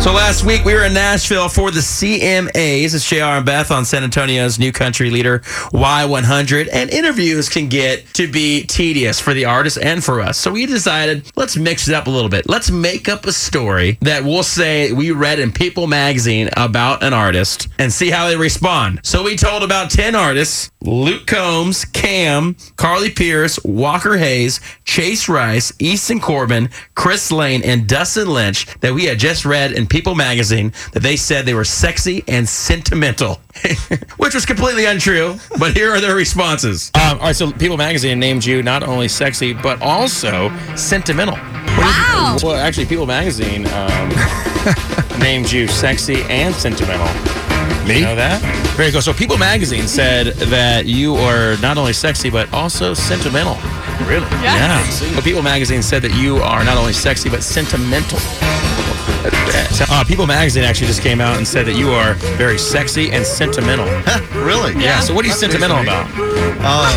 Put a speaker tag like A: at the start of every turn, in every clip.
A: So last week we were in Nashville for the CMAs. It's JR and Beth on San Antonio's new country leader Y100. And interviews can get to be tedious for the artist and for us. So we decided let's mix it up a little bit. Let's make up a story that we'll say we read in People magazine about an artist and see how they respond. So we told about 10 artists Luke Combs, Cam, Carly Pierce, Walker Hayes, Chase Rice, Easton Corbin, Chris Lane, and Dustin Lynch that we had just read in People magazine that they said they were sexy and sentimental, which was completely untrue. But here are their responses.
B: Um, all right, so People Magazine named you not only sexy but also sentimental.
C: Wow.
B: Well, actually, People Magazine um, named you sexy and sentimental.
D: Me?
B: You know that? Very cool. So People Magazine said that you are not only sexy but also sentimental. Really? Yeah. But People Magazine said that you are not only sexy but sentimental. Uh, People Magazine actually just came out and said that you are very sexy and sentimental.
D: really?
B: Yeah. So what are you sentimental about?
D: Um,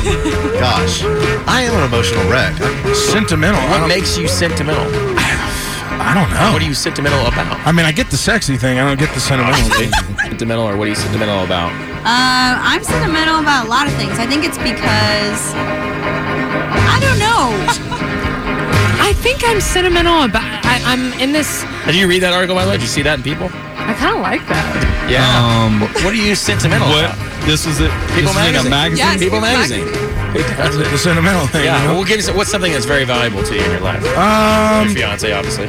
D: gosh, I am an emotional wreck.
E: Sentimental. I
B: What
E: don't,
B: makes you sentimental?
E: I don't know.
B: What are you sentimental about?
E: I mean, I get the sexy thing. I don't get the sentimental thing.
B: sentimental, or what are you sentimental about?
C: Um, I'm sentimental about a lot of things. I think it's because I don't know.
F: I think I'm sentimental about. I, I'm in this.
B: Did you read that article, by the way? Did you see that in People?
F: I kind of like that.
B: Yeah.
G: Um,
B: what are you sentimental
G: what?
B: about?
G: This is it.
B: People
G: this is in
B: magazine.
G: a magazine.
C: Yes.
B: People Magazine.
H: Um,
E: the sentimental thing.
B: Yeah,
E: you
B: well,
E: know?
B: we'll give you some, what's something that's very valuable to you in your life. Your
E: Um.
B: fiance, obviously.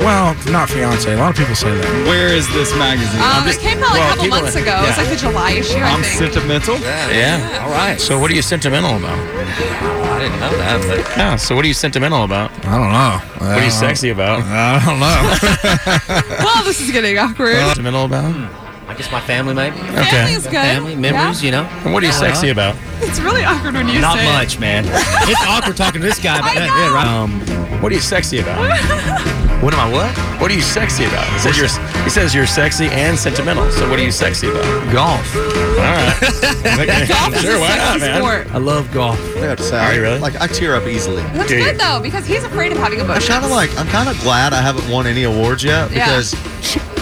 E: Well, not fiance. A lot of people say that.
G: Where is this magazine?
H: Um, it came out like
B: well,
H: a couple
B: people
H: months
B: are-
H: ago. It's
B: yeah.
H: like the July issue, i
G: I'm
H: think.
G: sentimental.
B: Yeah. All right. So, what are you sentimental about?
G: I didn't know that. But Uh-huh.
B: Yeah. So, what are you sentimental about?
E: I don't know. Uh,
B: What are you sexy about?
E: I don't know.
H: well, this is getting awkward.
B: Sentimental about?
I: I guess my family, maybe.
B: Okay.
H: Family's good.
I: Family, members,
H: Yeah.
I: you know.
B: And what are you
G: Uh-huh.
B: sexy about?
H: It's really awkward when you
I: Not
H: say it.
I: much, man. it's awkward talking to this guy. But
H: I
I: that,
H: know.
I: yeah, right. Um,
B: What are you sexy about?
I: what am I? What?
B: What are you sexy about? He says you're, he says you're sexy and sentimental. So, what are you sexy about?
I: Golf.
B: All right.
H: Golf is
B: Sure,
H: a
B: why
H: sexy
B: not, man?
H: sport.
I: I love golf.
D: I have to say,
B: Are
D: I,
B: you really?
D: Like I tear up easily.
H: That's
B: Do you?
H: good though, because he's afraid of having
D: I'm
H: emotions.
D: kind of like I'm kind of glad I haven't won any awards yet
H: Yeah.
D: because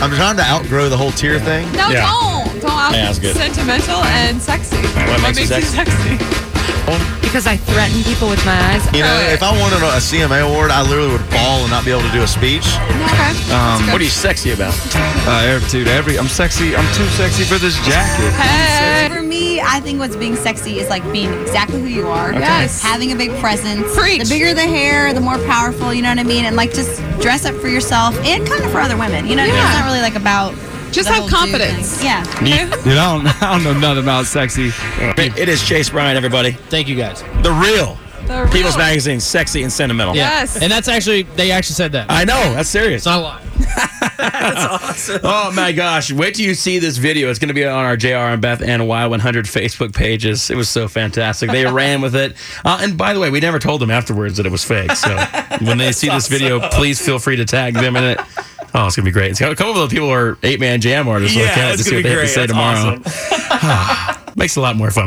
D: I'm trying to outgrow the whole tear thing.
H: no,
B: Yeah.
H: don't, don't. Out
B: Yeah, that's good.
H: Sentimental and sexy. What,
B: makes you sexy?
H: you sexy?
F: Because I threaten people with my eyes.
D: You know, if I wanted a, a CMA award, I literally would fall and not be able to do a speech.
H: Okay. Um,
B: What are you sexy about?
G: uh, dude, every I'm sexy. I'm too sexy for this jacket.
H: Hey.
C: For me, I think what's being sexy is like being exactly who you are.
H: Yes.
C: Having a big presence.
H: Preach.
C: The bigger the hair, the more powerful, you know what I mean? And like just dress up for yourself and kind of for other women. You know what I mean? It's
H: Yeah.
C: not really like about.
H: Just
C: the
H: have
C: whole dude thing.
H: confidence.
C: Yeah.
G: Dude, I don't, I don't know nothing about sexy.
B: It is Chase Bryant, everybody.
I: Thank you guys.
B: The real.
H: The real-
B: People's Magazine, sexy and sentimental.
I: Yeah.
H: Yes.
I: And that's actually they actually said that.
B: I know. That's serious.
I: it's not a lie.
A: Oh my gosh! Wait till you see this video. It's going to be on our JR and Beth and Y100 Facebook pages. It was so fantastic. They ran with it. Uh, and by the way, we never told them afterwards that it was fake. So when they see this video, please feel free to tag them in it. Oh, it's gonna be great. It's got- a couple of the people are eight man jam artists. so I
B: Yeah,
A: can't wait
B: it's
A: to see
B: gonna
A: what
B: be
A: they have to
B: great.
A: say
B: That's
A: tomorrow. Makes it a lot more fun.